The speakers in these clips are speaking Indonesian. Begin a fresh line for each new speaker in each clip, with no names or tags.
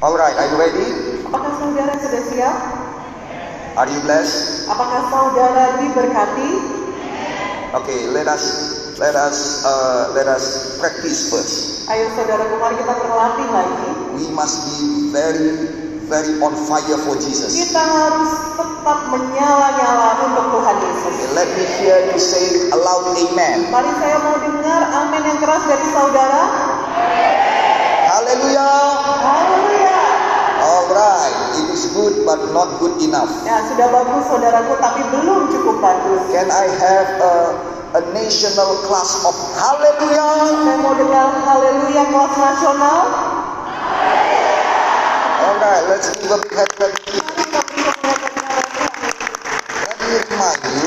All right, are you ready?
Apakah saudara sudah siap?
Are you blessed?
Apakah saudara diberkati?
Okay, let us let us uh, let us practice first.
Ayo saudaraku mari kita berlatih lagi.
We must be very very on fire for Jesus.
Kita harus tetap menyala-nyala untuk Tuhan Yesus.
Okay, let me hear you say aloud, Amen.
Mari saya mau dengar amin yang keras dari saudara.
Hallelujah.
Haleluya.
All right, it is good but not good enough.
Ya, sudah bagus saudaraku tapi belum cukup bagus.
Can I have a, a national class of Hallelujah?
Saya mau dengar haleluya kelas nasional.
All right, let's give a clap. Let
Mari kita berikan mereka kepada Tuhan.
me remind you,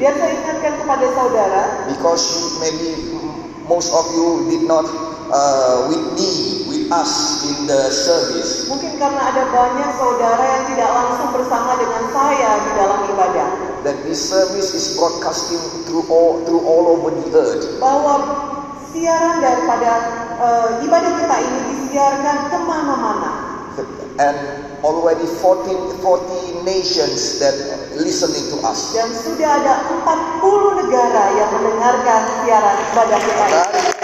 Biar saya ingatkan kepada saudara,
because you, maybe m- most of you did not uh, with me, with us in the service.
mungkin karena ada banyak saudara yang tidak langsung bersama dengan saya di dalam ibadah,
That this service is broadcasting through all through all over the earth.
bahwa siaran daripada eh, ibadah kita ini disiarkan kemana-mana.
And already 14, 40 nations that listening to us.
Dan sudah ada 40 negara yang mendengarkan siaran ibadah kita ini.
Right?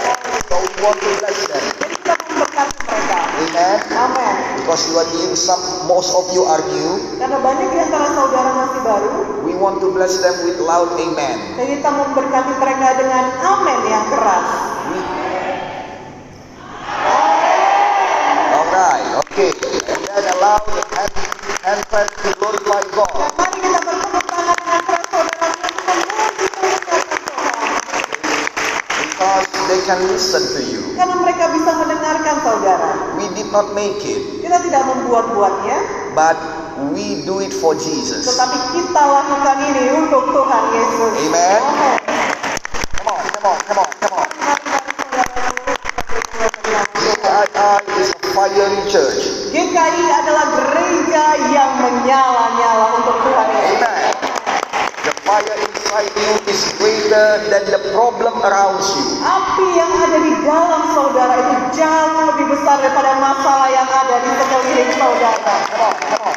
So we want to bless them.
Jadi kita memberkati mereka.
Amen.
Amin.
Because you are new, some most of you are new.
Karena banyak di antara saudara masih baru,
We want to bless them with loud amen.
jadi kita memberkati mereka dengan amin yang keras.
We... All right, okay. And then allow the hand, hand clap to glorify
Dan
God.
mari kita bertepuk tangan dengan keras saudara untuk memuji kemuliaan Tuhan.
Because they can listen to you.
Karena mereka bisa mendengarkan saudara.
We did not make it,
Kita tidak membuat-buatnya,
but we do it for Jesus.
tetapi kita lakukan ini untuk Tuhan Yesus.
Amen.
Amin.
Come on, come on, come on, come on. GKI is a fiery church.
GKI adalah gereja yang menyala-nyala untuk Tuhan Yesus.
Amen. The fire inside you is greater than the problem around you.
Api yang ada di dalam saudara itu jauh lebih besar daripada masalah yang ada di sekeliling saudara.
Come on, come on.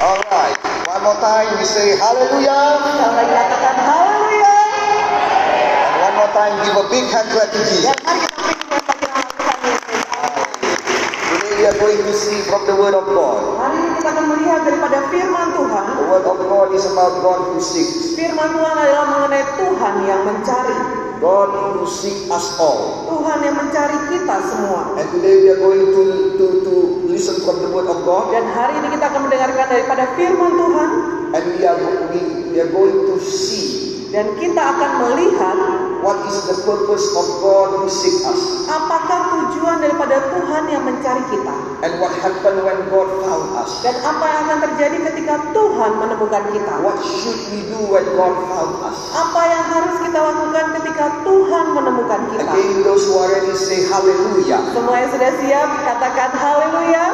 All right. One more time, we say hallelujah.
Saudara katakan haleluya.
And one more time, give a big hand clap to Jesus.
Dan mari kita berikan bagi nama Tuhan Yesus.
Today we are going to see from the Word of God.
Mari kita akan melihat daripada firman Tuhan.
The Word of God is about God who seeks.
Firman Tuhan adalah mengenai Tuhan yang mencari.
God who seeks us all.
Tuhan yang mencari kita semua.
And today we are going to, to, to listen from the Word of God.
Dan hari ini kita akan mendengarkan daripada firman Tuhan.
And we are, we, we are going to see
Dan kita akan melihat
what is the purpose of God who seeks us.
apakah tujuan daripada Tuhan yang mencari kita.
And what happened when God found us?
Dan apa yang akan terjadi ketika Tuhan menemukan kita.
What should we do when God found us?
Apa yang harus kita lakukan ketika Tuhan menemukan kita.
Again, those who are ready say hallelujah.
Semua yang sudah siap, katakan haleluya.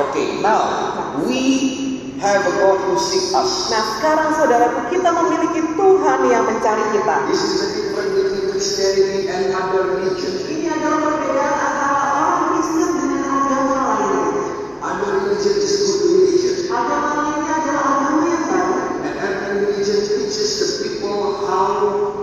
Okay, now we have a God who seeks us.
Nah sekarang saudaraku kita memiliki Tuhan yang mencari kita.
This is the difference between Christianity and other religion.
Ini adalah perbedaan antara orang Kristen dengan agama lain.
Other religion is good religion.
Agama lainnya adalah agama yang baik.
And every religion teaches the people how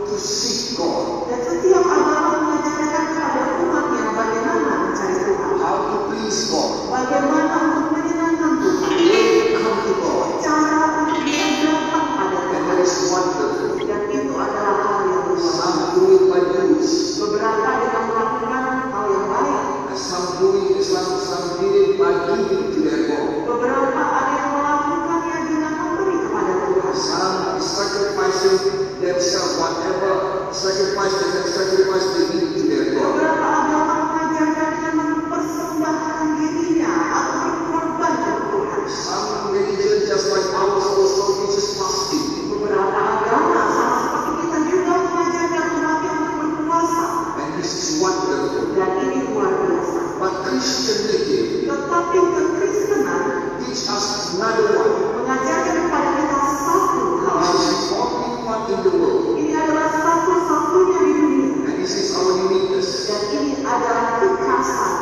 to seek God,
Dan setiap agama mengajarkan kepada umat yang bagaimana mencari Tuhan.
how to please God,
Bagaimana untuk menyenangkan Tuhan.
the way to come to God.
Cara untuk bisa datang pada
And
Tuhan.
that is wonderful.
Dan itu adalah hal yang luar.
Some do it by news.
Beberapa dengan melakukan hal yang baik.
Some doing it, some, some did it by giving to their God.
Beberapa ada yang melakukannya dengan memberi kepada Tuhan.
Some sacrificing themselves, whatever sacrifice they can sacrifice, they give to their God.
Beberapa agama mengajarkan dengan mempersembahkan dirinya atau berkorban untuk Tuhan.
Some religion, just like ours, also teaches fasting.
Beberapa agama sama seperti kita juga mengajarkan umatnya untuk berpuasa
And this is wonderful.
dan ini luar biasa.
But Christian religion
Tetapi kekristenan
teach us another one.
mengajarkan kepada kita satu hal.
This is the only one in the world.
Ini adalah satu-satunya di dunia
And this is our uniqueness.
dan ini adalah kekerasan.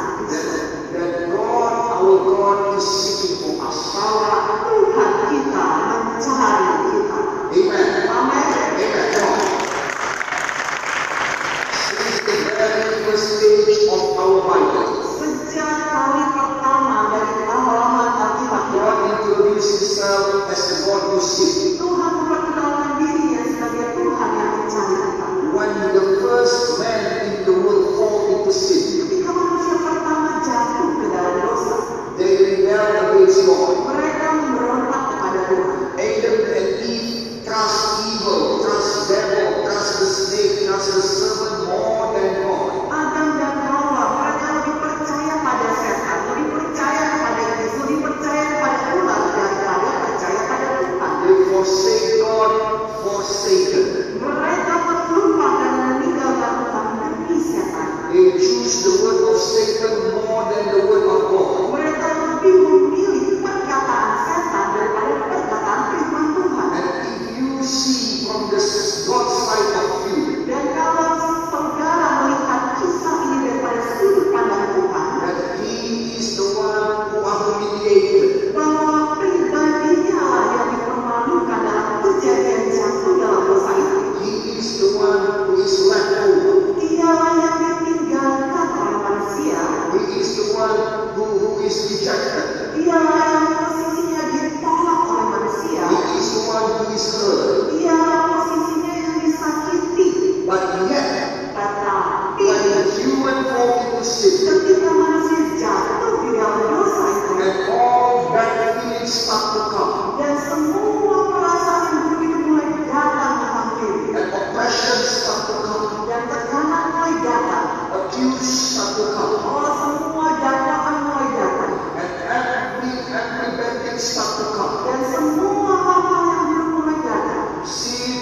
Setiap kita masih jatuh di dalam dosa itu.
and all bad feelings start to come,
Dan semua perasaan buruk itu mulai datang menghampiri.
and oppression start to come,
Dan tekanan mulai datang.
abuse start to come,
Bahwa semua dakwaan mulai datang.
and every every bad thing start to come.
Dan semua hal-hal yang buruk mulai datang.
Sin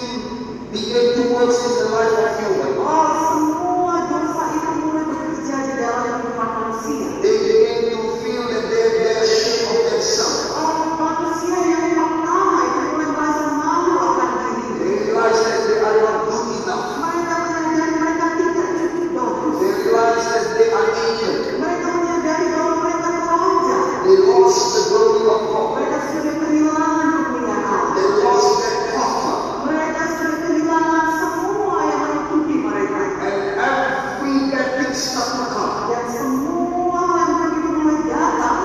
began to work in the life of human.
Oh, semua dosa itu mulai bekerja di dalam kehidupan manusia.
They began to feel that they they are ashamed of themselves.
Orang manusia yang pertama itu mulai merasa malu akan
They
dirinya.
realize that they are not good enough.
Mereka menyadari mereka tidak cukup bagus.
They realize that they are naked.
Mereka menyadari bahwa mereka telanjang.
They lost the glory of God.
Mereka sudah kehilangan kemuliaan.
They lost their comfort.
Mereka sudah kehilangan semua yang menutupi mereka.
And every bad thing start to come.
Dan semua yang buruk itu mulai datang.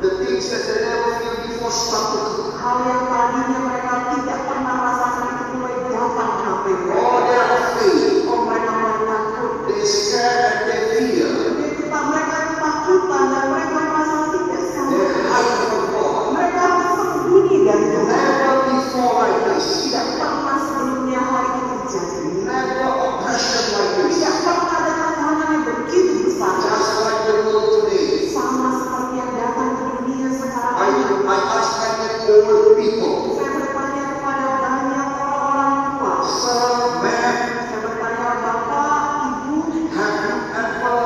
The things that they never feel before start to come.
Hal yang tadinya mereka tidak pernah rasakan itu mulai datang sampai mereka.
All their afraid.
Oh, mereka mulai takut.
They scared and they fear.
Jadi tetap mereka ketakutan dan mereka merasa tidak
They
sanggup.
hide from God.
Mereka sembunyi dari Tuhan.
Never before like this.
Tidak pernah sebelumnya hal itu terjadi.
Never oppression like
Tidak
this.
pernah ada tantangan yang begitu besar.
Just like the world today.
Sama seperti yang datang ke dunia
I,
sekarang.
I ask many old people.
Saya bertanya kepada banyak orang-orang tua.
Sir, ma'am,
Saya bertanya bapak, ibu,
have you ever,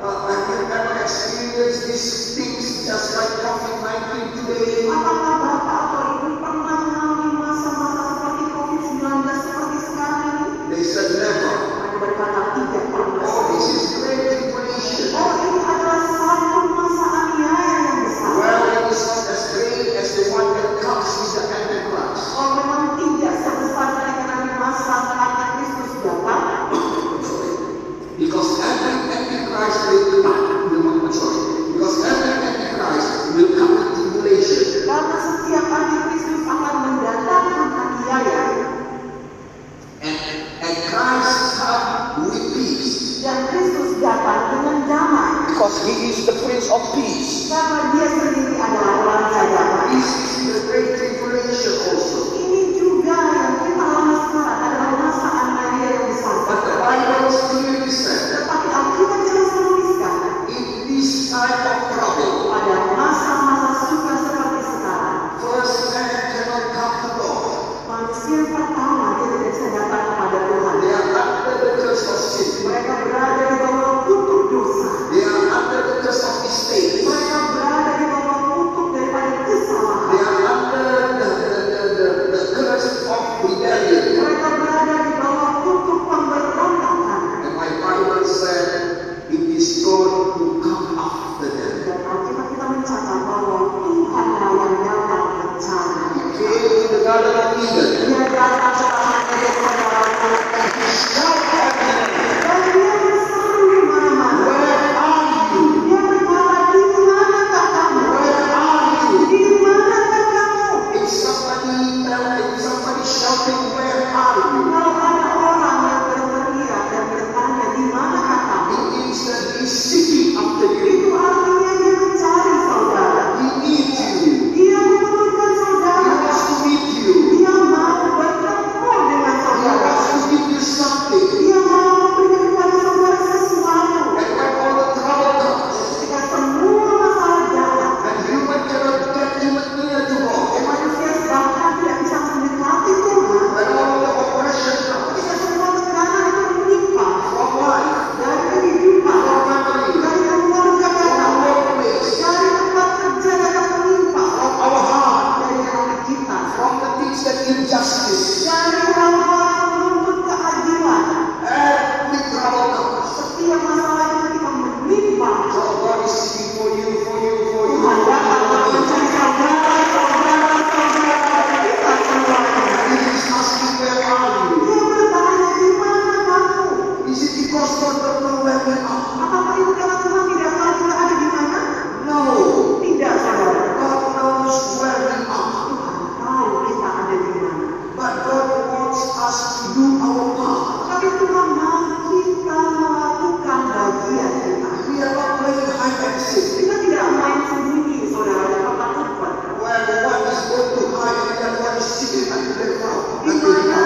uh, have you ever experienced these things just like COVID-19 today?
apakah bapak atau ibu pernah mengalami masa-masa seperti COVID-19 seperti sekarang ini?
They said never.
Mereka berkata tidak
Oh,
pernah.
this is great tribulation.
Oh, ini adalah satu masa aniaya yang besar.
Well, it is not as great as the one that comes with the Antichrist.
Oh, memang tidak sebesar ketika nanti masa anak Kristus datang.
Because every Antichrist will come, will not sorry. Because every Antichrist will come with tribulation.
Karena setiap anak Kristus akan mendatangkan aniaya
And, and Christ come with peace.
dan Kristus datang dengan damai.
Because he is the Prince of Peace.
Karena dia sendiri adalah raja damai.
This is the great tribulation also.
Ini juga yang kita alami sekarang adalah masa aniaya yang besar.
But the Bible clearly said
Tetapi Alkitab jelas menuliskan
in this time of trouble,
pada masa-masa sukar seperti sekarang.
first man cannot come to God.
Manusia yang pertama dia tidak bisa datang kepada Tuhan.
They are under the curse of sin.
Mereka berada di bawah kutuk dosa.
They are under the curse of mistakes.
Mereka berada di bawah kutuk daripada
They
kesalahan.
Oh.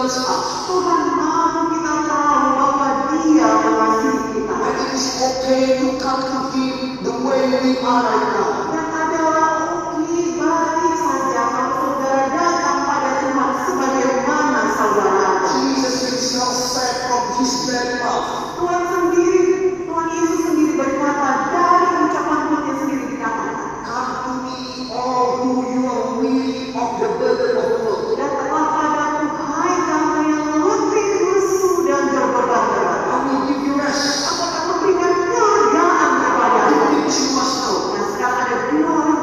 us.
Tuhan mau kita tahu bahwa Dia mengasihi kita.
And it is okay to come to Him the way we are right now.
Dan adalah oke baik saja kalau saudara datang pada Tuhan sebagaimana saudara. ada.
Jesus Himself said from His very mouth,
Tuhan sendiri, Tuhan Yesus sendiri berkata dari ucapan mulutnya sendiri dikatakan.
Come to me, all who you are weary of the burden of the world.
Datanglah padaku, hai kamu yang letih lesu dan berbeban berat.
I will give you rest.
Aku akan memberikan kelegaan
Two
kepadamu.
things you must know.
Nah, sekarang ada
Oh,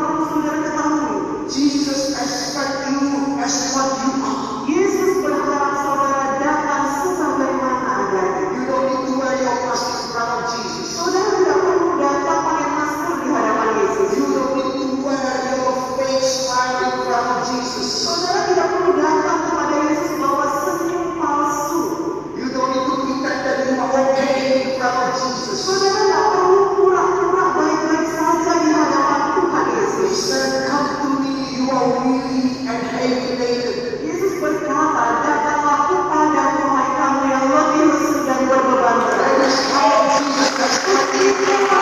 Oh,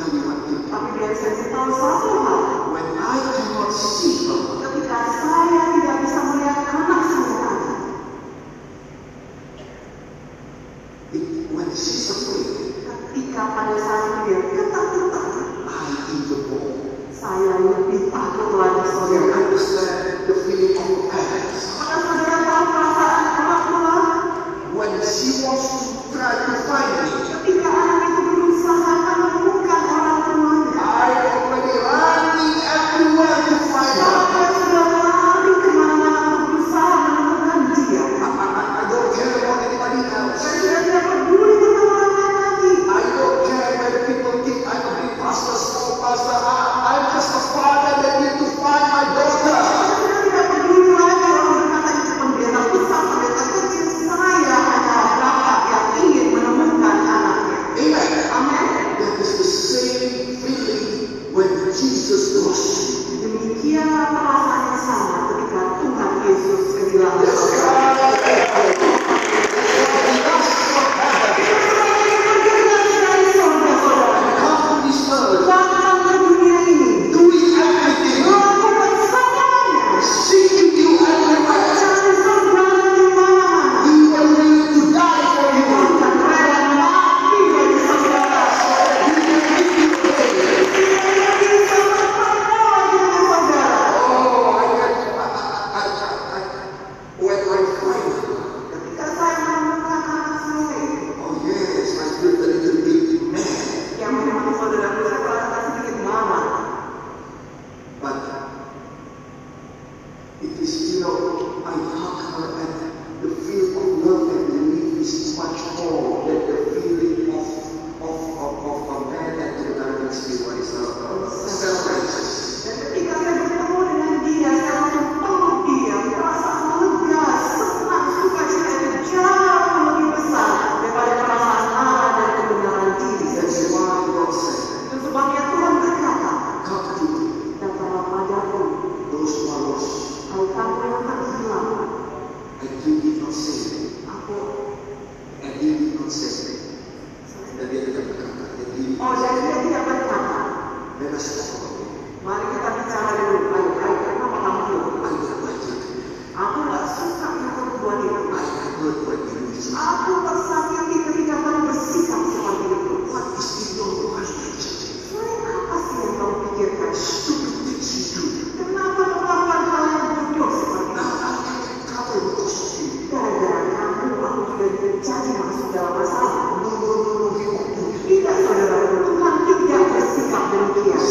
saya tahu satu hal,
When I cannot see them,
ketika saya tidak bisa melihat anak saya lagi,
it- when she's afraid,
ketika pada saat dia ketak-ketak,
I even more.
saya lebih takut lagi
You
saudara.
understand the feeling of parents.
Maka saudara tahu perasaan orang tua
When she wants to try to find me,
ketika anak itu berusaha menemukan orang tuanya.
I already running everywhere to find her.
Sampai sudah lari kemana-mana untuk berusaha menemukan dia.
I, I, I don't care about anybody else.
Saya sudah tidak peduli tentang orang lain lagi.
I don't care whether people think I'm a big pastor, small pastor. I, I'm just a father that need to find my daughter.
Saya sudah tidak peduli lagi orang berkata itu pendeta besar, pendeta kecil. Saya adalah bapak yang ingin menemukan anaknya.
Amen.
Amin.
That is the same feeling when Jesus lost you.
Demikianlah perasaan yang sama ketika Tuhan Yesus kehilangan
That's
saudara.
why I thank you. That's why the loss of heaven had come to this earth, doing everything, seeking you everywhere. He was willing to die for you. He can give you pain. Oh, I can, I, I, I, I, I, when I find her, Oh yes, I feel a little bit mad, but it is you know I hug her and the feel of love and relief is much more than the feeling of of of, of a man that the diamond skin is self righteous.
Dan ketika saya bertemu dengan dia, saya langsung peluk dia. Perasaan lega, senang, sukacita itu jauh lebih besar daripada perasaan marah dan kebenaran diri saya
That's
sendiri.
why God said,
Dan sebabnya Tuhan berkata,
"Come to me,
datanglah padaku,
those who are lost."
hai kamu yang terhilang.
And He did not say,
Aku,
and He did not say, and He did not berkata, and He did
oh
not
dan
say,
dia tidak berkata,
let us talk about it.
mari kita bicara dulu baik-baik, karena kamu
I don't like it.
Aku gak suka yang perempuan itu.
I have heard what you mean.
Aku tersakiti ketika kamu bersikap seperti itu.
What is in your mind?
Selain apa sih yang kamu pikirkan?
Stupid things you do.
Kenapa melakukan hal yang bodoh seperti
Now
itu?
I get in trouble because of you.
Gara-gara kamu, aku juga jadi masuk dalam masalah.
No, no, no, no, he won't do it.
Tidak, saudara, Tuhan tidak bersikap demikian.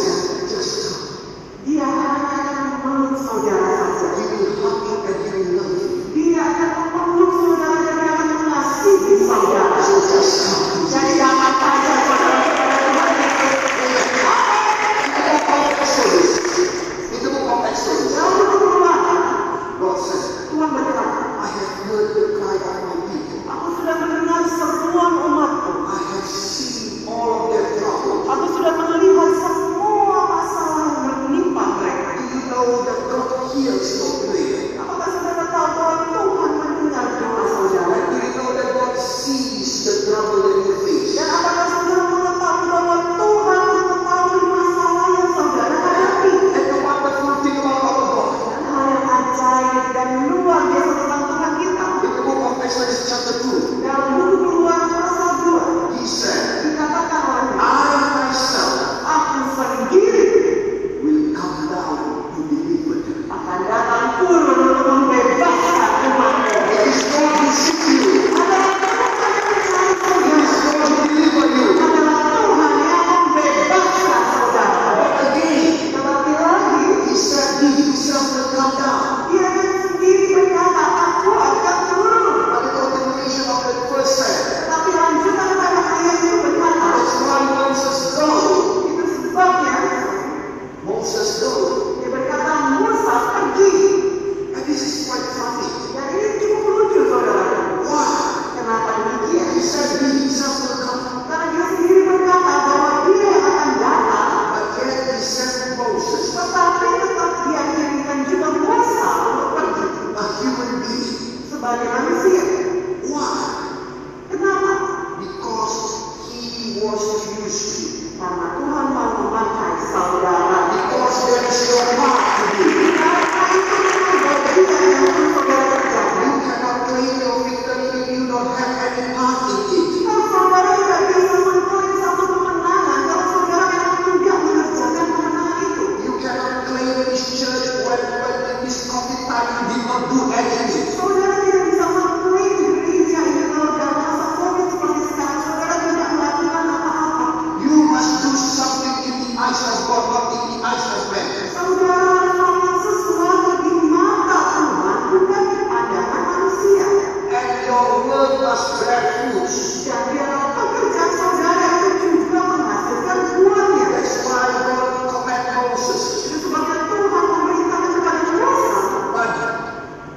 the eyes of God, not in the eyes of men.
Saudara melakukan sesuatu di mata Tuhan bukan di pandangan manusia.
And your word must bear fruit.
Dan biarlah pekerjaan saudara itu juga menghasilkan buahnya.
That's why God commanded Moses.
Itu sebabnya Tuhan memerintahkan kepada Musa,
But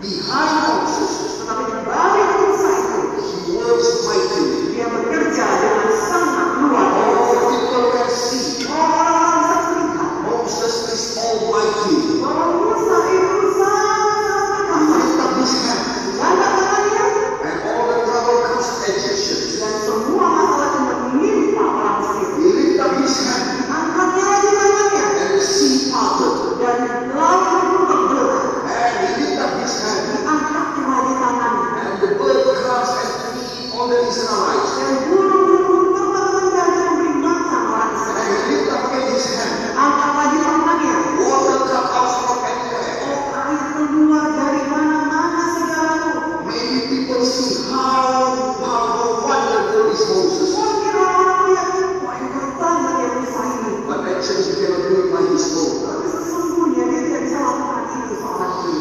behind Moses,
tetapi di balik Musa itu,
he works mightily.
dia bekerja dengan sangat luar biasa.
All people can see
Orang-orang bisa melihat
Moses is almighty.
bahwa Musa itu sangat-sangat
Lift
perkasa.
up his hand,
Mengangkat tangannya,
and all the trouble comes to Egyptians.
dan semua masalah yang menimpa orang
He
Mesir.
lifted up his hand,
Angkatnya lagi tangannya
and the sea parted.
dan laut berubah gelap.
And he lifted up his hand,
Angkatnya lagi tangannya
and the bird comes and feed on the Israelites.
dan burung-burung terbang dan memberi makan orang Mesir.
And he lifted up again his hand.
Angkat lagi tangannya. Oh,
Water come out from anywhere.
Air keluar dari mana-mana saudaraku.
Many people see how how wonderful is Moses,
Mungkin orang melihat, wah hebat banget ya Musa ini.
but actually he cannot do it by his
Tapi
own.
sesungguhnya dia tidak bisa lakukan ini seorang diri.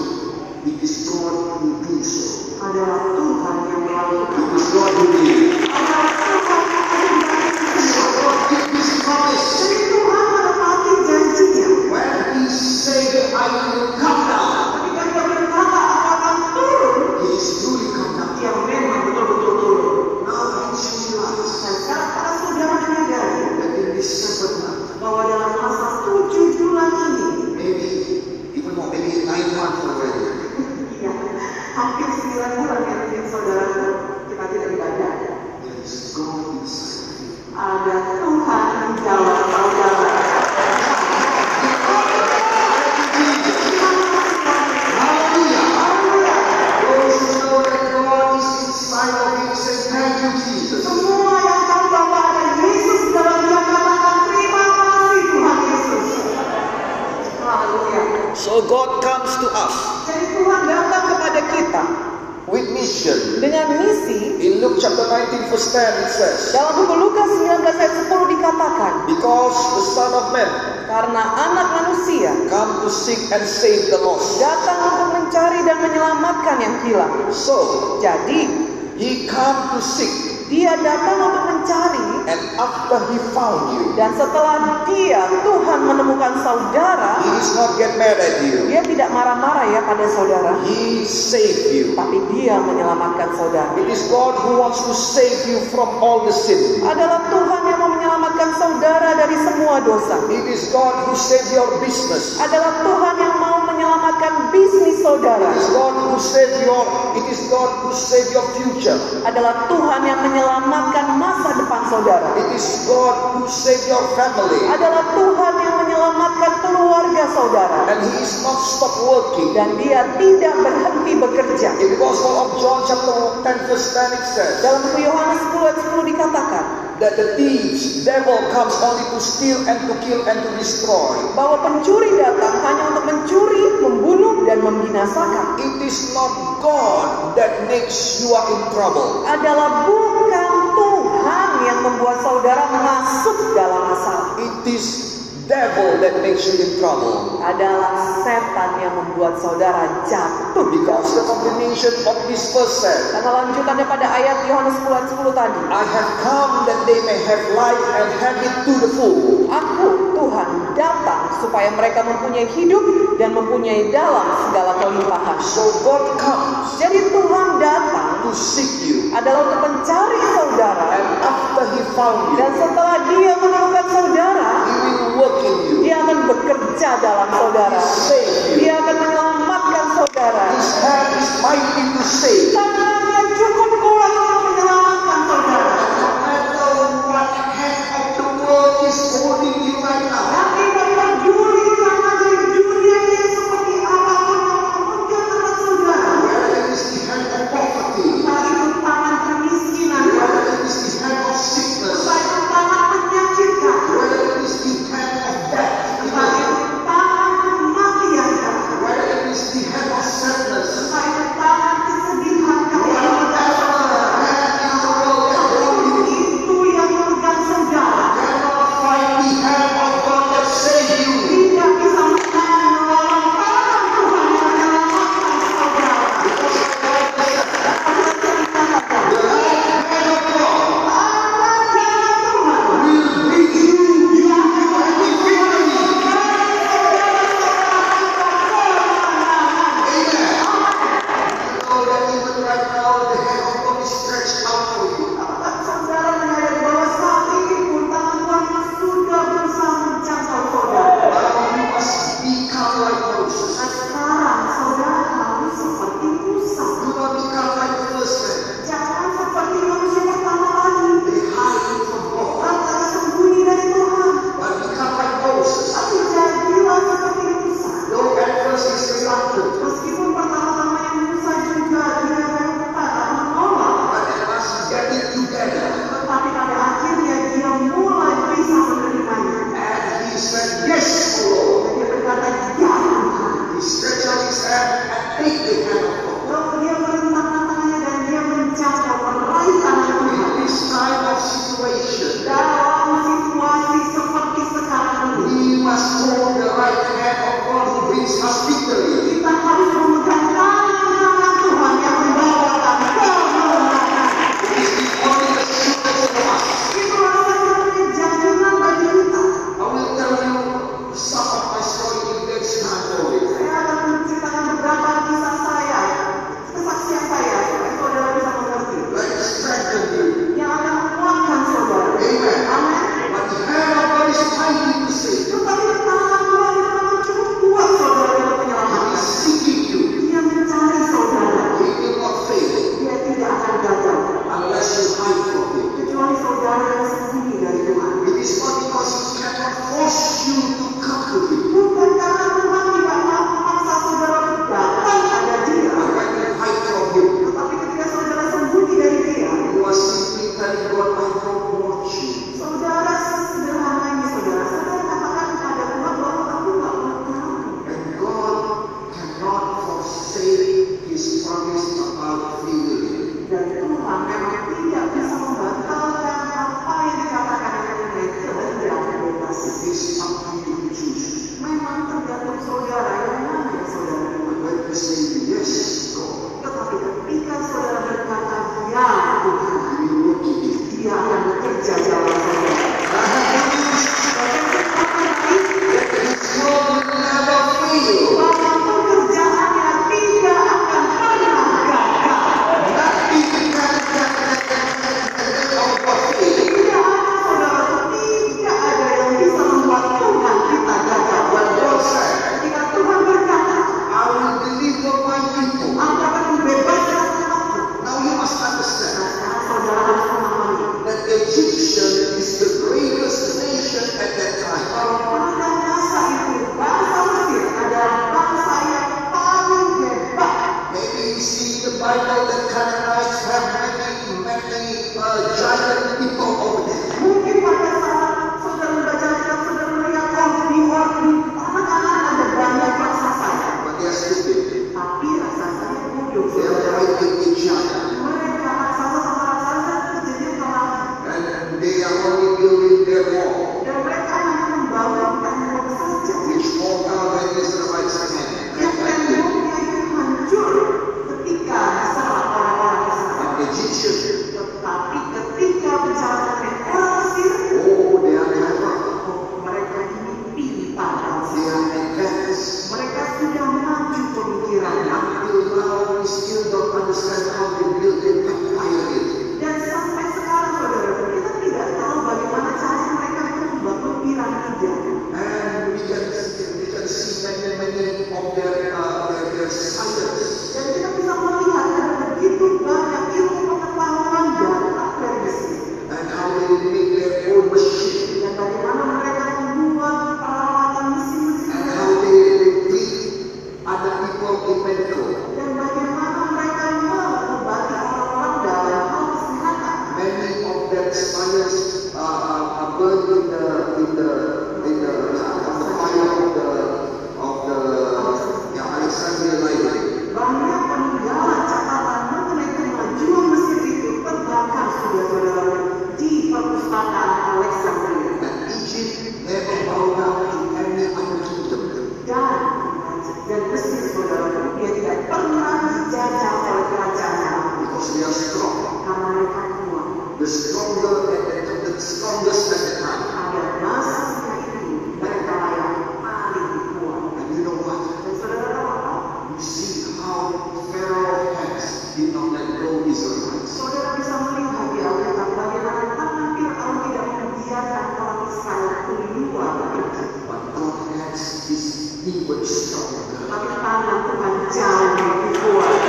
It is God who do so.
Adalah Tuhan yang melakukan.
It is God who did. it.
Adalah Tuhan yang melakukan.
So God did this promise
Jadi Tuhan menepati janjinya.
when He said, "I will come down."
Ketika dia berkata aku akan turun,
He is truly come down.
dia memang betul-betul turun.
Now you should realize
Dan sekarang para saudara menyadari
that in this seventh month,
bahwa dalam masa tujuh bulan ini,
maybe even more, maybe nine months already,
iya, hampir sembilan bulan ya mungkin saudara kita tidak ibadah.
there is God inside of you.
Ada Tuhan di dalam saudara.
Hallelujah! Those who know that God is inside of you, say thank you, Jesus.
Semua yang tahu bahwa ada Yesus dalam dia katakan terima kasih Tuhan Yesus. Haleluya.
So God comes to us
Jadi Tuhan datang kepada kita
with mission.
dengan misi.
In Luke chapter 19 verse 10 it says,
Dalam buku Lukas 19 ayat 10 dikatakan,
Because the Son of Man
karena anak manusia
come to seek and save the lost.
datang untuk mencari dan menyelamatkan yang hilang.
So
Jadi,
he come to seek
dia datang untuk mencari
and after he found you,
dan setelah dia Tuhan menemukan saudara,
he does not get mad at you.
dia tidak marah-marah ya pada saudara,
He saved you.
tapi dia menyelamatkan saudara.
It is God who wants to save you from all the sin.
Adalah Tuhan yang mau menyelamatkan saudara dari semua dosa.
It is God who saves your business.
Adalah Tuhan yang mau menyelamatkan bisnis saudara.
It is God who saves your it is God who saves your future.
adalah Tuhan yang menyelamatkan masa depan saudara.
It is God who saves your family.
Adalah Tuhan yang menyelamatkan keluarga saudara.
And he is not stop working.
Dan dia tidak berhenti bekerja.
In the Gospel of John chapter 10 verse 10 it says
Dalam buku Yohanes 10 ayat 10 dikatakan
that the thieves, devil comes only to steal and to kill and to destroy.
bahwa pencuri datang hanya untuk mencuri, membunuh, dan membinasakan.
It is not God that makes you are in trouble.
Adalah bukan Tuhan yang membuat saudara masuk dalam masalah.
It is devil that makes you in trouble.
Adalah setan yang membuat saudara jatuh di dalam
Because the combination of this verse said,
Karena lanjutan daripada ayat Yohanes 10 ayat 10 tadi.
I have come that they may have life and have it to the full.
Aku, Tuhan, datang supaya mereka mempunyai hidup dan mempunyai dalam segala kelimpahan.
So God comes
Jadi Tuhan datang
to seek you.
adalah untuk mencari saudara
And after he found you,
dan setelah dia menemukan saudara,
He will work in you.
dia akan bekerja dalam saudara.
Save you.
Dia akan menyelamatkan saudara.
His hand is mighty to save.
Tangannya cukup kuat untuk menyelamatkan saudara.
No matter what hand of the world is holding you right now,
Tapi tak peduli tangan dari dunia ini seperti apapun yang memegang tangan saudara.
whether it is the hand of poverty,
Entah itu tangan kemiskinan,
whether it is the hand of
entah
sickness,
itu tangan penyakitan,
whether it is the hand of death,
entah itu tangan kematian,
whether it is the hand of sadness,
entah itu tangan kesedihan,
right hand of God who brings us victory.
Kita harus memegang tangan Tuhan yang membawa kami kemenangan.
It is the only assurance for us.
Itulah satu-satunya jaminan bagi kita.
I will tell you some of my story in next time for it.
Saya akan menceritakan beberapa kisah saya, kesaksian saya, supaya saudara bisa mengerti.
Let it strengthen you.
Yang akan menguatkan saudara.
Amen.
Amin.
But the hand of God is mighty to save.
Tetapi tangan Tuhan itu memang cukup kuat saudara untuk
He is
menyelamatkan.
seeking you.
Dia mencari saudara.
He will not fail
Dia tidak akan gagal.
unless you hide from him.
Kecuali saudara yang sembunyi dari Tuhan.
It is not because he cannot force you to come to him.
Bukan karena Tuhan tidak mau memaksa saudara untuk datang pada dia.
But when you hide from him,
Tetapi ketika saudara sembunyi dari dia,
you are simply telling God, I don't want you.
saudara sederhananya saudara, saudara katakan kepada Tuhan bahwa aku nggak mau tahu.
And God cannot forsake his promise about healing.
Dan Tuhan memang tidak bisa membatalkan apa yang dikatakan mengenai kehendak bebas.
It is up to you to choose.
Memang tergantung saudara yang mana yang saudara mau.
But when you say yes, God,
Tetapi ketika saudara berkata ya Tuhan,
we will work in it.
dia akan bekerja dalam saudara.
I have good news. His word will never fail. Nothing can ever fail. But God said, I will deliver my people. Now you must understand that Egyptian is the greatest nation at that time. Maybe you see in the Bible that Canaanites have many, many uh, giant people over there.
Mungkin pada saat saudara membaca Alkitab, saudara melihat oh di or- di kanan ada banyak raksasa.
But they are stupid.
Tapi raksasanya bodoh.
They are
saudara.
fighting each other.
Mereka raksasa sama raksasa terjadinya kalah.
And they are only building their wall,
Dan mereka hanya membangun tembok saja.
which fall down when Israelites came.
Yang temboknya itu hancur ketika diserang orang-orang Israel.
And the Egyptians,
Tetapi ketika bicara mengenai orang Mesir,
oh, they are clever.
oh, mereka ini pintar.
They are advanced.
Mereka sudah maju pemikirannya.
Until now, we still don't understand how they built their empire. yet.
Dan sampai sekarang saudara, kita tidak tahu bagaimana cara mereka itu membangun piramida.
And we can, we can see many, many of their, uh, their, their science.
Dan kita bisa melihat ada begitu banyak ilmu pengetahuan datang dari Mesir.
and how they make their own machine
Dan bagaimana mereka membuat peralatan mesin-mesin
and how they, they treat other people in medical.
dan bagaimana mereka mengobati orang-orang dalam hal kesehatan.
Many of that science uh, are, are burned in the in the in the, on the fire of the of the yeah, Alexandria Library.
Banyak peninggalan catatan mengenai kemajuan Mesir itu terbakar sudah saudara di perpustakaan Alexandria.
And Egypt never bowed down to any other kingdom.
dan dan Mesir saudara dia tidak pernah dijajah oleh kerajaan
Because they are strong.
karena mereka kuat
The stronger at the, the strongest at the time.
pada masanya itu mereka lah yang paling kuat
And you know what?
dan saudara tahu apa?
You see how Pharaoh has did not let go Israelites.
saudara bisa melihat di Alkitab bagaimana tangan Fir'aun tidak membiarkan orang Israel keluar
But God has his inward stronger.
tapi tangan Tuhan jauh lebih kuat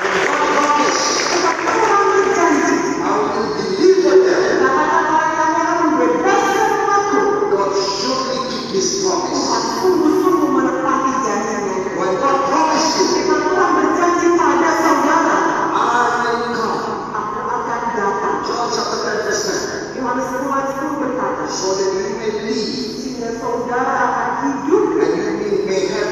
And God promised,
tetapi Tuhan berjanji
I will deliver them.
katakan mereka akan membebaskan aku
God surely keep his promise.
sungguh-sungguh menepati janjinya.
When God promised you,
Jika Tuhan berjanji pada saudara,
I will come.
aku akan datang.
John chapter 10 verse 10.
Yohanes 10 berkata,
So that you may live
sehingga saudara akan hidup
and you may have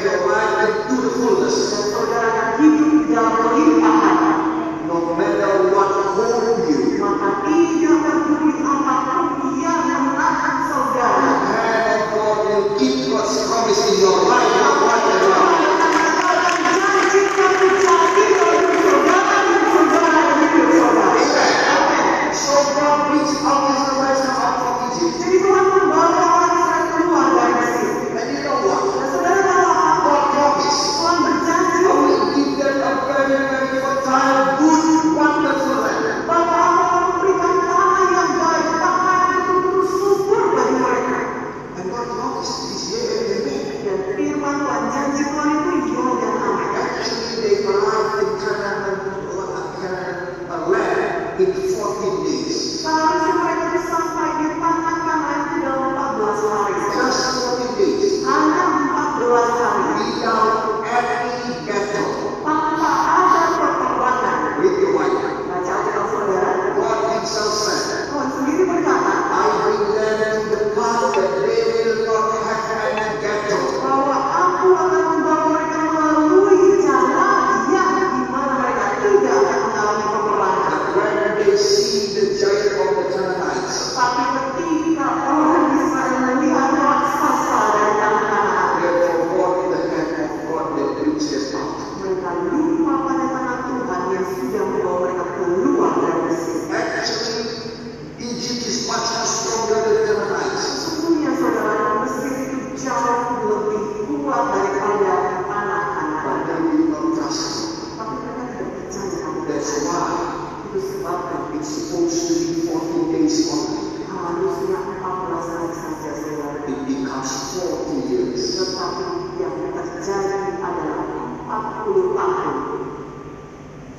times 40 years.
Tetapi yang terjadi adalah 40 tahun.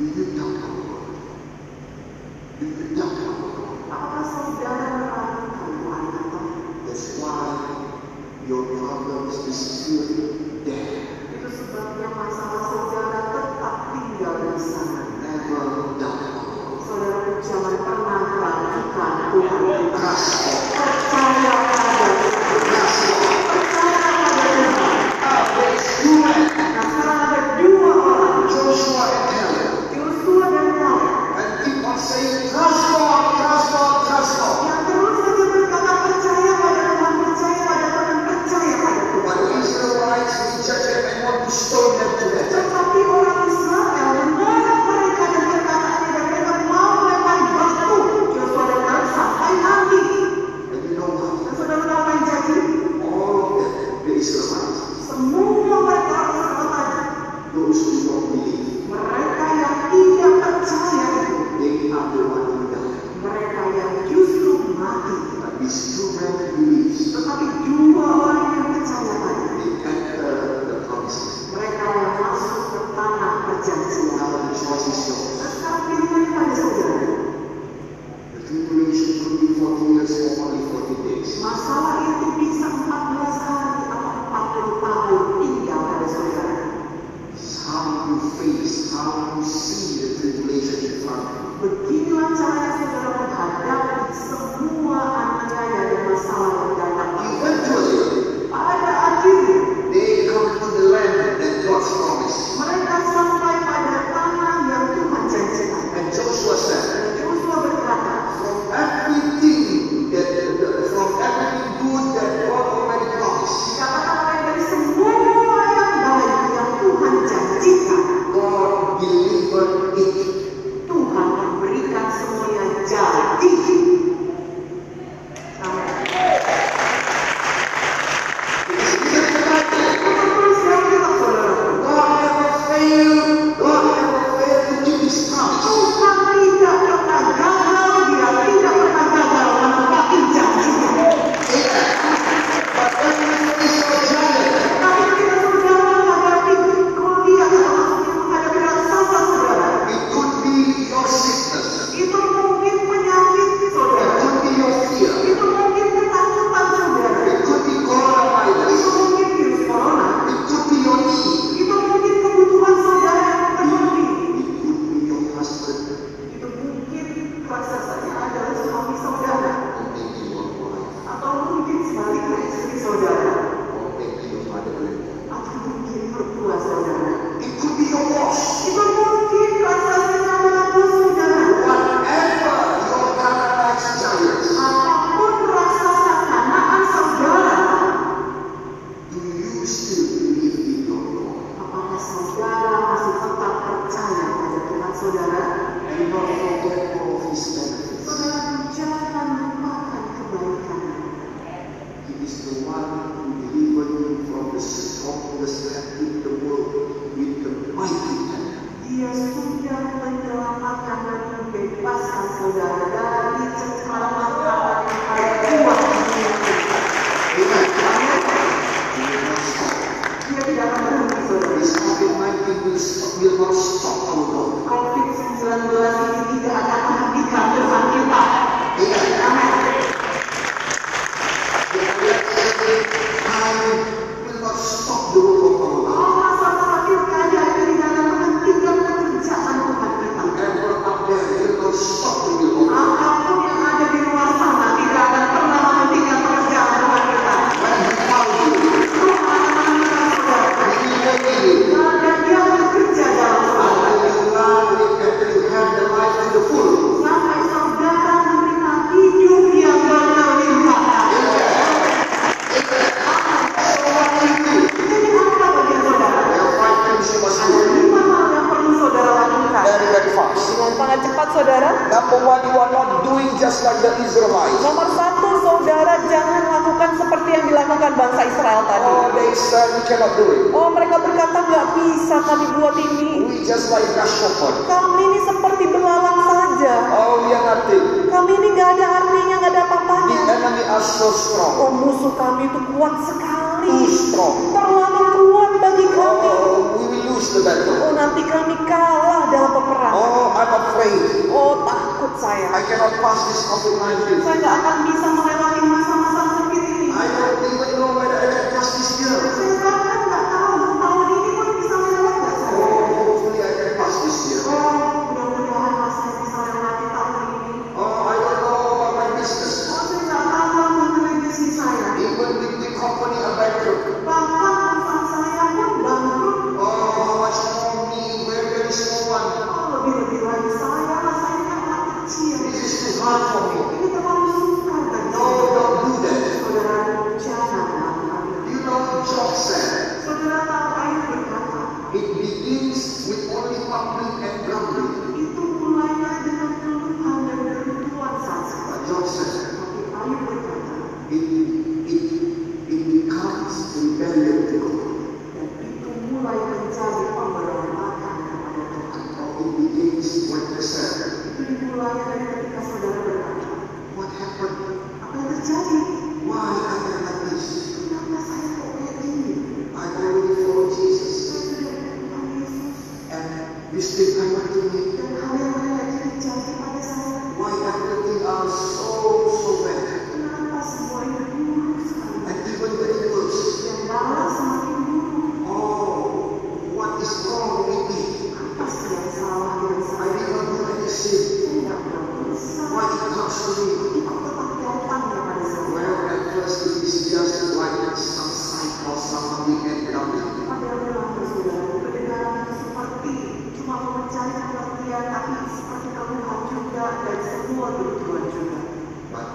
Do you doubt our God? Do you doubt our God?
Apakah saudara meragukan Tuhan atau
That's why your problems is still there.
itu sebabnya masalah saudara tetap tinggal di sana.
Never doubt our God.
Saudara jangan pernah meragukan Tuhan.
Trust God.
Percaya pada Tuhan.
Trust God.
Percaya pada Tuhan.
Ah, it's you and
Nah, sekarang ada dua orang,
Joshua and Caleb.
Yosua dan Kaleb,
And keep on saying, trust God, trust God, trust God.
yang terus saja berkata percaya pada Tuhan, percaya pada Tuhan, percaya pada Tuhan.
But the Israelites reject them and want to stone them to death.
Tetapi orang Israel menolak mereka dan perkataannya dan mereka mau melempar batu Yosua dan Kaleb sampai mati.
And you know what?
Dan saudara tahu apa yang jadi?
All of them, the Israelites,
Semua mereka orang Israel
those who don't believe,
mereka yang tidak percaya itu,
they are the one who die.
mereka yang justru mati.
But these two men believes
Tetapi dua orang yang percaya pada
they enter the promised
mereka yang masuk ke tanah
land.
perjanjian.
Now the choice is yours.
Sekarang pilihan pada saudara.
The tribulation could be 40 years or only 40 days.
Masalah itu bisa 14 hari atau 40 tahun tinggal pada saudara.
It's how you face, how you see the tribulation in front of you.
Beginilah cara saudara menghadapi semua aniaya dan masalah yang datang.
Eventually,
Pada akhirnya,
They come to the land that God's promised.
mereka sampai pada tanah yang Tuhan janjikan.
And Joshua said,
Dan Yosua berkata,
From everything that, that- from everything good that God already promised,
Katakanlah dari semua yang baik yang Tuhan janjikan,
God delivered it.
Tuhan memberikan semua yang jadi. Amin.
It's written about it.
Kita terus berkata, saudara,
God never failed. God never failed to keep His promise.
Tuhan tidak pernah gagal, Dia tidak pernah gagal menepati janjinya.
But everything is a giant.
Tapi ketika saudara menghadapi Goliat atau menghadapi raksasa, saudara,
It could be your sickness.
itu mungkin penyakit,
It
saudara.
could be your fear.
Itu mungkin ketakutan, saudara.
It could be
Itu
coronavirus.
mungkin virus corona.
It could be your need.
Itu mungkin kebutuhan saudara yang terlebih.
It could be your husband.
Itu mungkin raksasanya adalah suami saudara.
Or maybe your wife,
Atau mungkin sebaliknya istri saudara.
or maybe your mother.
Atau mungkin mertua saudara.
It could be your boss.
Itu mungkin raksasanya adalah bos saudara.
Whatever your Canaanite's giants,
Apapun raksasa kanaan saudara.
do you still believe in your Lord?
Apakah saudara masih tetap percaya pada Tuhan saudara?
Do not forget all of His benefits.
Saudara jangan lupakan kebaikan.
He is the one who delivered you from the strongest hand in the world with the mighty hand.
Dia sudah menyelamatkan dan membebaskan saudara dari cengkraman lawan yang paling kuat di dunia.
Amen. He will not stop.
Dia tidak akan berhenti saudara.
His COVID-19 will stop- will not stop our Lord.
COVID-19 ini tidak akan menghentikan Tuhan kita. Iya.
Amen.
Amin. Allah sakit kaya itu tidak akan menghentikan pekerjaan Tuhan kita. Apapun yang ada di luar sana tidak akan pernah menghentikan pekerjaan Tuhan kita. Tuhan akan menemukan saudara. Dan dia bekerja dalam saudara. Sampai saudara menerima hidup yang berkelimpahan. Jadi apa bagi saudara? Ada lima hal yang perlu saudara lakukan.
Very, very fast.
Dengan sangat cepat saudara.
Number one, you are not doing just like the Israelites.
Nomor satu, saudara jangan lakukan seperti yang dilakukan bangsa Israel tadi.
Oh, they said we cannot do
Oh, mereka berkata nggak bisa kami buat ini.
it. We just like Ashokon.
Kami ini seperti belalang saja.
Oh, we are nothing.
Kami ini nggak ada artinya, nggak ada
The
apa-apanya.
enemy are so
Oh,
strong.
musuh kami itu kuat
Too
sekali.
strong.
Terlalu kuat bagi kami.
Oh, we will lose the
Oh,
battle.
nanti kami kalah dalam peperangan.
Oh, I'm afraid.
Oh, takut saya.
I cannot pass this COVID-19.
Saya nggak akan bisa melewati masa-masa sakit ini.
I don't even know whether I can pass this year.
Saya bahkan nggak tahu tahun ini pun bisa melewati nggak saya.
Oh, hopefully I can pass this year.
Oh, mudah-mudahan lah saya bisa melewati tahun ini.
Oh, I don't know about my business.
Oh, saya nggak tahu apa mengenai bisnis saya.
Even with the company I'm bankrupt.
Bahkan perusahaan saya pun bangkrut.
Oh, how much more me, very, very small one.
Oh, lebih-lebih lagi saya rasanya anak kecil.
This is too hard for me.
Ini terlalu sukar bagi
No, don't do that.
saudara. Jangan melakukan.
You know, Job said,
Saudara tahu ayat berkata,
it begins with only grumbling and grumbling.
itu mulainya dengan keluhan dan kebutuhan saja.
But Job said,
Tapi ayat berkata,
it, it, it becomes rebellion to God.
dan itu mulai menjadi pemberontakan kepada Tuhan.
Or it begins when they said,
Itu dimulai dari ketika saudara berkata,
what happened?
apa yang terjadi?
Why I am like this?
Kenapa saya kok kayak gini?
I already follow Jesus.
Saya sudah melakukan Yesus
And this thing I want to make.
dan hal yang lain lagi terjadi pada saya.
Why everything are so, so bad?
Kenapa semua ini buruk sekali?
And even getting worse.
Dan malah semakin buruk.
Oh, what is wrong with me?
Apa sih yang salah
I
dengan saya?
did not do any sin.
Saya nggak pernah berusaha.
Why it comes to me?
Itu tetap datang kepada saya.
Well, at first it is just like some sight or something and nothing.
Padahal waktu saudara berdengaran seperti cuma mencari pengertian, tapi seperti keluhan juga dan semua kebutuhan juga.
But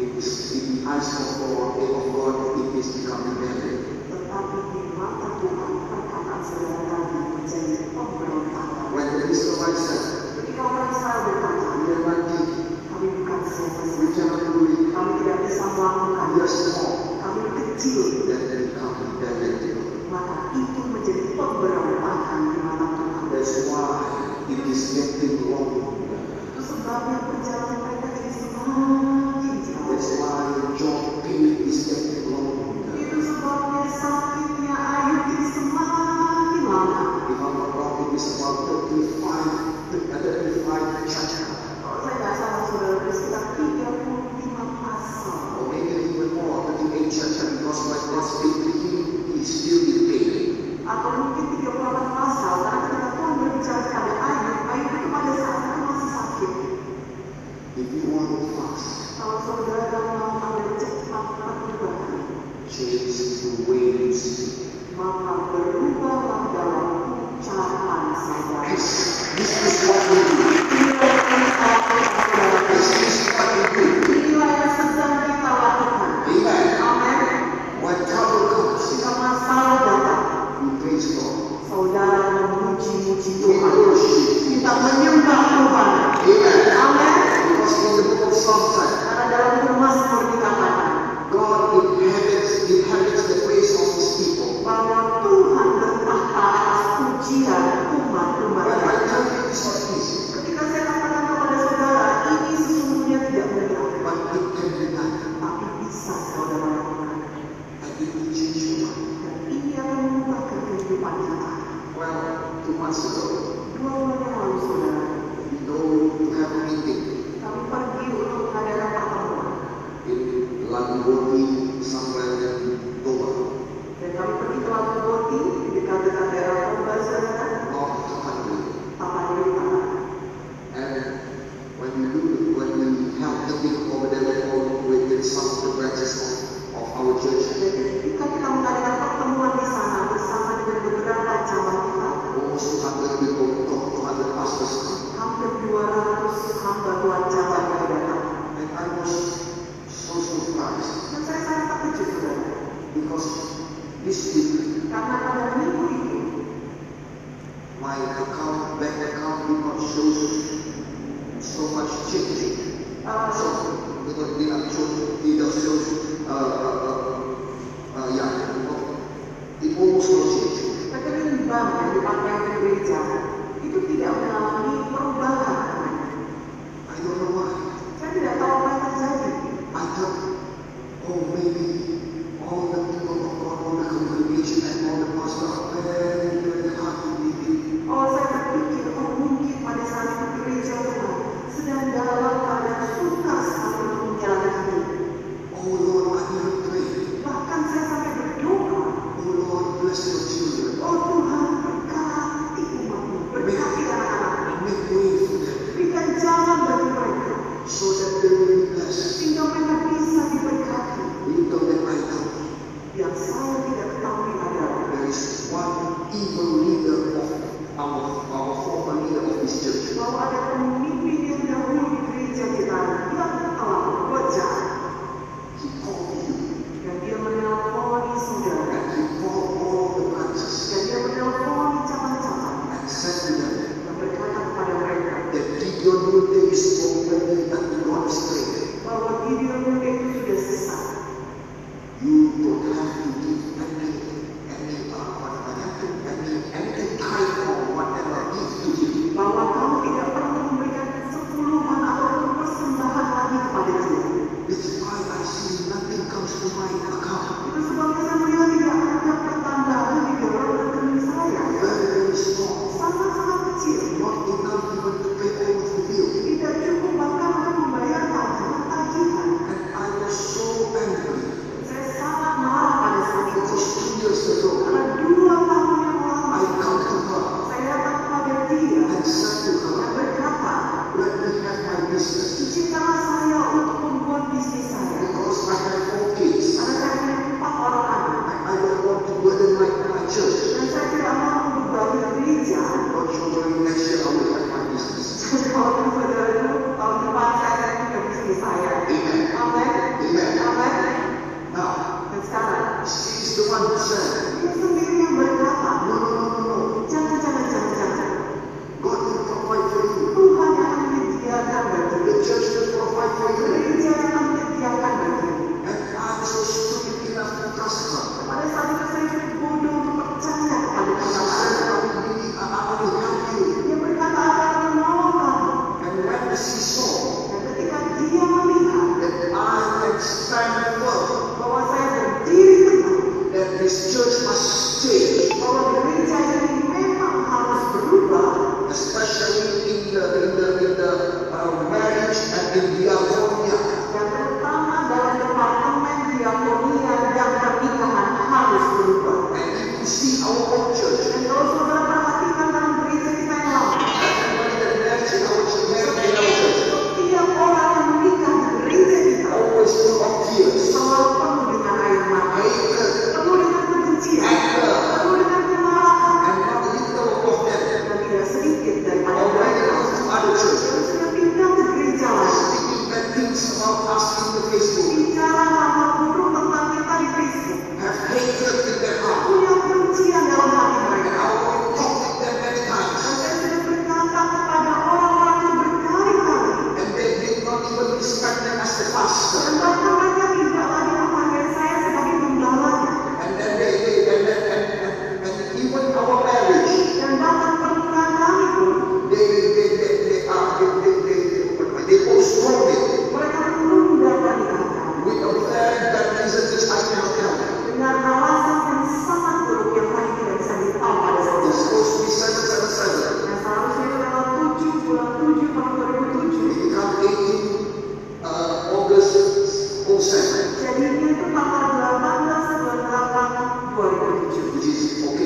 it is in the eyes of God, and of God, it is becoming better.
Tetapi di mata Tuhan perkataan saudara tadi menjadi pemberontakan.
When the Israelites said,
Ketika orang Israel berkata,
we are not king,
kami bukan siapa-siapa,
we cannot do it,
kami tidak bisa melakukan,
we are small,
kami kecil,
then they become rebellion.
maka itu menjadi pemberontakan di mata Tuhan.
That's why it is getting wrong.
Itu sebabnya perjalanan mereka jadi semakin jauh.
That's why John Peel is getting wrong.
Itu sebabnya sakitnya air jadi semakin lama.
If I'm not wrong, it is about 35, 35 chapters.
Kalau saya nggak salah saudara ada sekitar 35 pasal.
or maybe even more, but the ancient church because my God's victory is still in pain.
Atau mungkin 38 pasal karena ketika Tuhan berbicara kepada air, air itu pada saat itu masih sakit.
If you want to fast,
Kalau saudara mau ada cepat perubahan,
change the way you see.
maka berubahlah dalam ucapan saudara.
This, this is what we do.
Inilah yang saudara lakukan.
This is what we do.
Inilah yang sedang kita lakukan.
Amen.
Amin.
When trouble comes,
Jika masalah datang,
you praise God.
saudara memuji-muji
You
Tuhan.
worship.
Kita menyembah Tuhan.
Amen.
Amin.
Because in the book of Psalms,
Karena dalam rumah seperti dikatakan
God inhabits, inhabits the praise of His people.
bahwa Tuhan bertahta atas pujian
When
umat-umatnya.
I tell you this is easy,
Ketika saya katakan kepada saudara, ini sesungguhnya tidak mudah,
but it can be done.
tapi bisa saudara lakukan.
And it will change your life.
Dan ini akan mengubahkan kehidupan kita.
Well, two months ago,
Dua bulan yang lalu saudara,
We go to have a meeting
kami pergi untuk mengadakan pertemuan.
in Langwoti, somewhere in Doha,
Dan kami pergi ke Lampung Poti, dekat-dekat daerah Toba, saudara,
north of the country.
Tapanuli Utara.
And when we do, when we have meeting over there, we go within some of the branches of, of our church.
Dan ketika kita mengadakan pertemuan di sana bersama dengan beberapa jamaah kita,
Almost 200 people, 200 pastors.
hampir 200 hamba Tuhan jamaah yang datang.
And I was so surprised
Dan saya sangat terkejut, saudara,
because this week
karena pada minggu itu,
my account, bank account did not show so much change.
eh,
So, because they are so, they are so, uh, uh, uh, yeah, it almost was changed.
rekening bank yang dipakai di gereja itu tidak mengalami perubahan.
I don't know why.
Saya "Oh
you don't have to give any, any, uh, what do you call it, any, any type or whatever gift to him.
bahwa kamu tidak perlu memberikan sepuluhan ataupun persembahan lagi kepada dia.
It's why I see nothing comes to my account.
Itu sebabnya saya melihat tidak ada pertambahan di dalam rekening saya.
Very, very small.
Sangat-sangat kecil.
Not enough even to pay all of the bill.
Tidak cukup bahkan untuk membayar tagihan tagihan.
And I was so angry.
Saya sangat marah pada saat
It
itu.
was two years ago.
Karena dua tahun yang
I
lalu,
come to
saya datang kepada dia
her and said to
dan
her,
berkata,
let me have my business.
izinkanlah saya untuk membuat bisnis saya.
Because I have four kids.
Karena saya punya empat orang anak.
I don't want to burden my, my church.
Dan saya tidak mau membebani gereja
But you join next year, I will have my business.
Kalau saudaraku, tahun depan saya akan punya bisnis saya. Amin. Amin.
Now,
Dan sekarang,
she's the one who said,
dia sendiri yang berkata,
no, no, no, no,
jangan, jangan, jangan, jangan.
God will provide for you.
Tuhan yang akan menyediakan bagimu.
The church will provide for you.
Gereja yang akan menyediakan bagimu.
And I'm so stupid enough to trust her.
Pada saat itu saya cukup bodoh untuk percaya kepada
Because I said,
kata-kata.
I will be, I I will help you.
Dia berkata akan menolong kamu.
And when she saw
Dan ketika dia melihat
that I had stand firm,
bahwa saya berdiri tegak,
that this church must change,
bahwa gereja ini memang harus berubah,
especially in the in the in the uh, marriage and in diaconia.
yang terutama dalam departemen diakonia dan pernikahan harus berubah.
And if you see our own church,
Dan kalau saudara perhatikan dalam gereja kita yang lama,
everybody that marries in our church, married in our church,
setiap orang yang menikah di gereja kita
always full of tears,
selalu penuh dengan air mata,
hatred,
penuh dengan kebencian, penuh Nah, ya. ya, ya,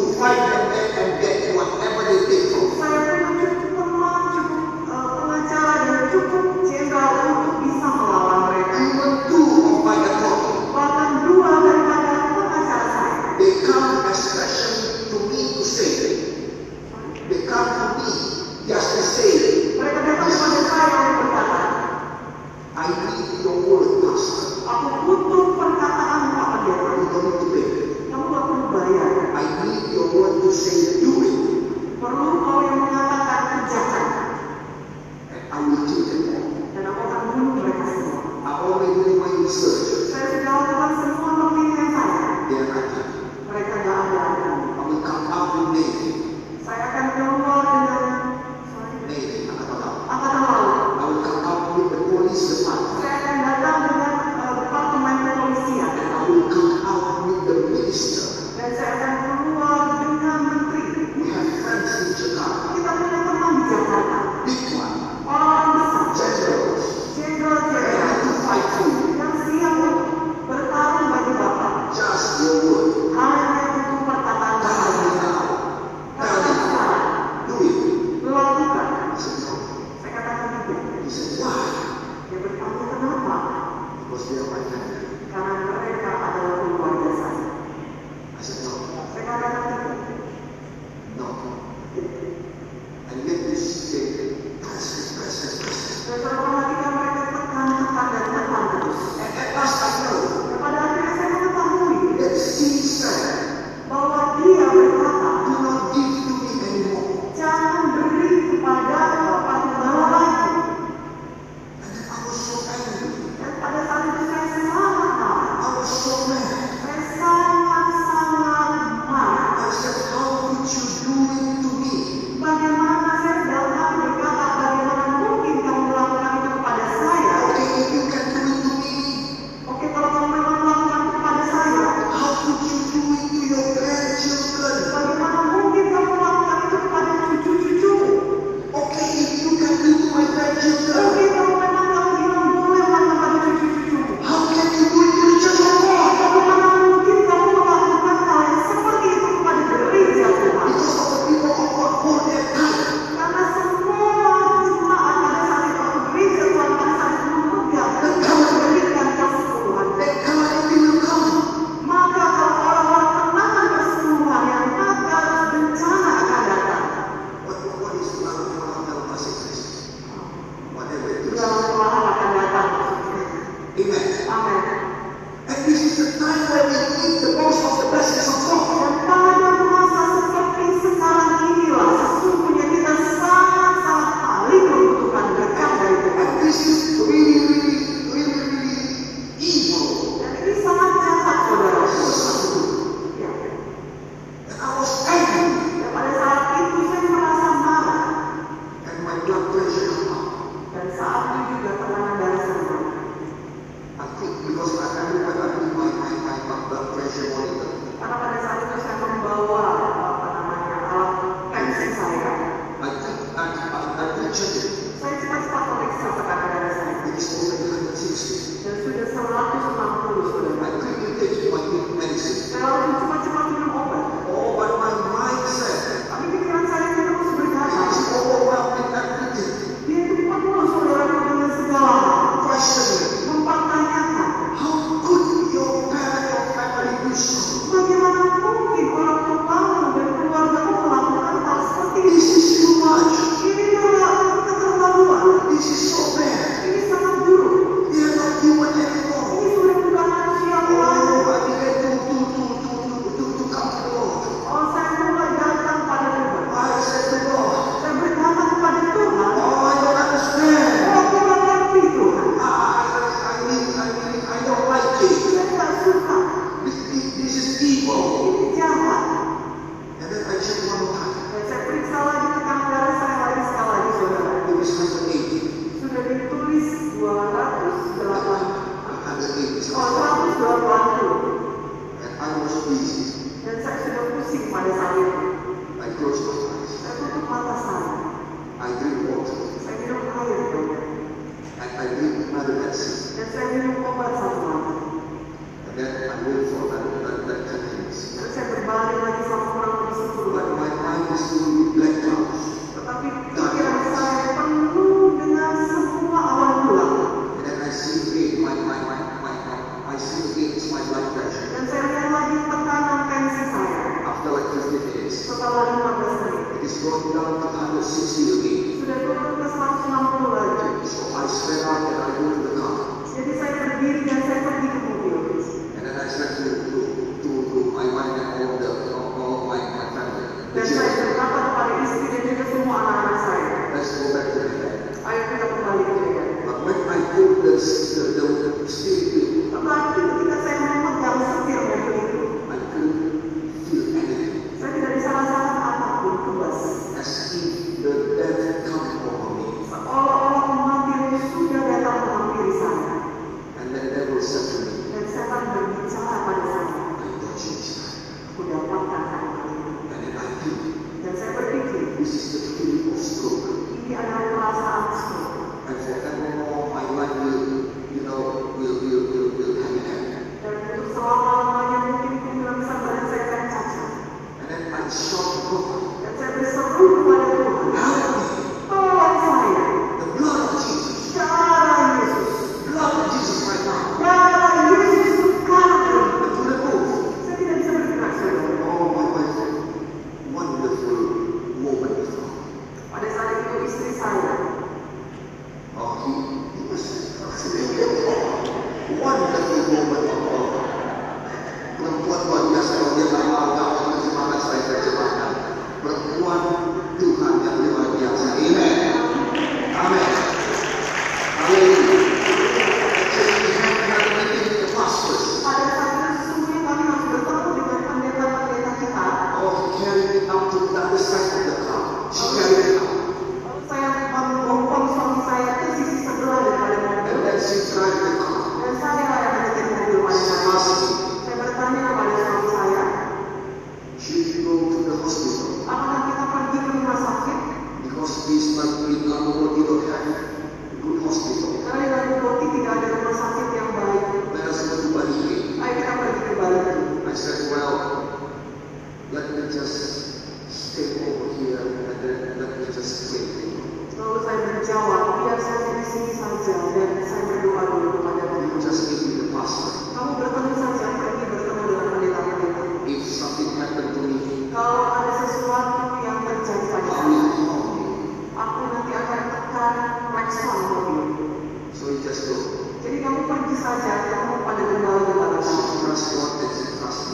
eh, keluar dengan sorry,
Maybe, I don't know.
angkatan laut.
I will come up with the police department.
Saya akan datang dengan eh, departemen kepolisian
And I will come out with the minister.
dan saya akan keluar dengan menteri.
We have friends in Jakarta.
Kita punya teman di Jakarta,
Big one.
orang besar,
Generals.
jenderal-jenderal
Ready to fight for you.
yang siap untuk bertarung bagi Bapak.
Just your word.
Hanya butuh perkataan
Tell
saja.
me now.
Katakan sekarang,
Do it.
lakukan.
I said, no.
Saya katakan tidak.
He said, why?
Dia bertanya kenapa?
Because they are my family.
Karena mereka adalah keluarga saya.
I said, no.
Saya katakan tidak.
No. And yet they say, press it, press it, press it.
Dan perhatikan mereka tekan, tekan, dan tekan terus.
And at last I know
Pada akhirnya saya mengetahui
that she said,
bahwa dia berkata,
do not give to me anymore.
jangan beri kepada Bapak Gembala lagi.
And then I was so angry.
Dan pada saat itu saya sangat marah.
I was so mad.
Saya sangat-sangat marah.
I said, how could you do it to me?
Bagaimana saya dalam hati berkata, bagaimana mungkin kamu melakukan itu kepada saya?
Okay, if you can do it to me,
Oke, kalau kamu memang melakukan itu kepada saya,
how could you do it to your grandchildren?
bagaimana mungkin kamu melakukan itu kepada cucu-cucumu?
Okay, if you can do it to my grandchildren,
Mungkin kamu memang kalau bilang boleh melakukan kepada cucu-cucumu.
how can you do it to the church of God?
Bagaimana mungkin kamu melakukan hal yang seperti itu kepada gereja Tuhan?
Because of the people of God for their time.
Karena semua jemaat pada saat itu, atau gereja Tuhan pada saat itu memegang dan memberikan persekutuan.
That God will come.
Maka kalau orang-orang tenangan persekutuan yang maka bencana akan datang.
What, what is the Bible about the passing Christ? Whatever it is.
Jalan Tuhan akan datang.
Amen.
Amin.
And this is the time when we need the most of the blessings of God.
Dan pada masa seperti sekarang inilah sesungguhnya kita sangat-sangat paling membutuhkan berkat dari Tuhan.
And this is really, really, really, really evil.
Dan ini sangat jahat saudara.
It was something.
Ya.
And I was angry.
Dan pada saat itu saya merasa marah.
and my blood pressure come up.
Dan saat itu juga tekanan darah saya naik.
I think because I, I remember I put my, my, my, my blood pressure monitor.
Karena pada saat itu saya membawa apa namanya alat tensi saya.
I think I, I, I, I pictured it.
Saya cepat-cepat periksa tekanan darah saya.
It is over 160.
Dan sudah 160
I
sudah.
couldn't take my new medicine.
Saya lalu cepat-cepat minum obat.
Oh, but my mindset
Tapi pikiran saya terus berkata,
is overwhelming everything.
Dia itu penuh saudara dengan segala hal.
Questioning.
Mempertanyakan,
How could your parent or family do so?
bagaimana mungkin orang tua kamu dan keluargamu melakukan hal seperti ini?
This is too much.
Ini adalah keterlaluan.
This is so bad.
Ini sangat buruk.
We are not human anymore.
Ini sudah bukan manusia lagi.
Oh, I began to, to, to, to, to, to, to come to Lord.
Oh, saya mulai datang pada Tuhan.
I said to God,
Saya berkata kepada Tuhan,
Oh, I don't understand.
aku nggak ngerti Tuhan.
I, I, I mean, I mean, I don't like it.
Saya nggak suka.
This, this, this is evil.
Ini jahat.
And then I checked one more time.
Dan saya periksa lagi tekanan darah saya lagi sekali lagi saudara.
It was 180.
sudah ditulis
180.
208 oh 180
And I was busy.
dan saya sudah pusing pada saat itu
I closed my eyes.
saya tutup mata saya
I drink water.
saya minum air
And I drink another medicine.
dan saya minum obat satu lagi
And then I wait for that, that, that continues.
dan saya berbaring lagi sama orang di situ
But my mind is still in black clouds.
tetapi pikiran saya penuh dengan semua awan gelap
And then I see it. My, my, my, my, my, I see it. It's my blood pressure.
dan saya lihat lagi tekanan tensi saya
After like 50 minutes.
setelah 15 menit
It is going down to 160 again.
sudah turun ke 160 lagi
So I spread out and I go to the car.
jadi saya berdiri dan saya pergi ke mobil
And then I said to, to, to, to my wife and all, the, all, all my, my family, the
Dan saya
children,
berkata kepada istri dan juga semua anak-anak saya,
let's go back to the bed.
ayo kita kembali ke Medan.
But when I put the, the, the steering wheel,
Tetapi ketika saya memegang setir mobil itu,
I couldn't feel anything.
saya tidak bisa rasakan apapun kebas.
As which is the feeling of stroke.
Ini adalah perasaan stroke.
And forevermore, my life will, you know, will, will, will, will hang heavy.
Dan untuk selama-lamanya mungkin tidak bisa menyelesaikan cacat.
And then I shout, God,
Dan saya berseru kepada Tuhan,
help me!
tolong saya,
The blood of Jesus,
darah Yesus,
the blood of Jesus right now.
darah Yesus sekarang ini.
And to the move.
Saya tidak bisa bergerak, saudara.
Oh, my wife, wonderful woman with God.
Pada saat itu istri saya
Oh, he, he was wonderful woman of God. Perempuan luar biasa kalau dia nggak mau nggak mau terjemahkan saya terjemahkan. Perempuan Tuhan yang luar biasa. Amen. Amen. Haleluya. Jadi, we have another meeting with the pastors.
Pada saat itu sesungguhnya kami harus bertemu dengan pendeta-pendeta kita.
Oh, he carried it up to the other side of the car. She carried it up.
Saya mengopong suami saya ke sisi sebelah daripada mobil.
And then she drive the car.
Dan saya ada menekan mobil
She
wanita.
asked me,
Saya bertanya kepada suami saya,
should you go to the hospital?
apakah kita pergi ke rumah sakit?
Because this man in Lamongo did not have a good hospital.
Karena di Lampoti tidak ada rumah sakit yang baik.
Let us go to Bali.
Ayo kita pergi ke Bali.
I said, well, let me just stay over here and then let me just pray.
Lalu saya menjawab, biar saya di sini saja dan saya berdoa dulu kepada
You
Tuhan.
just meet with the pastor.
Kamu bertemu saja, pergi bertemu dengan pendeta-pendeta.
If something happened to me,
Kalau ada sesuatu yang terjadi
I
pada saya,
will call you.
aku nanti akan tekan klakson mobil.
So you just go.
Jadi kamu pergi saja, kamu pada kendala kendala
She
kamu.
trusts God and she trusts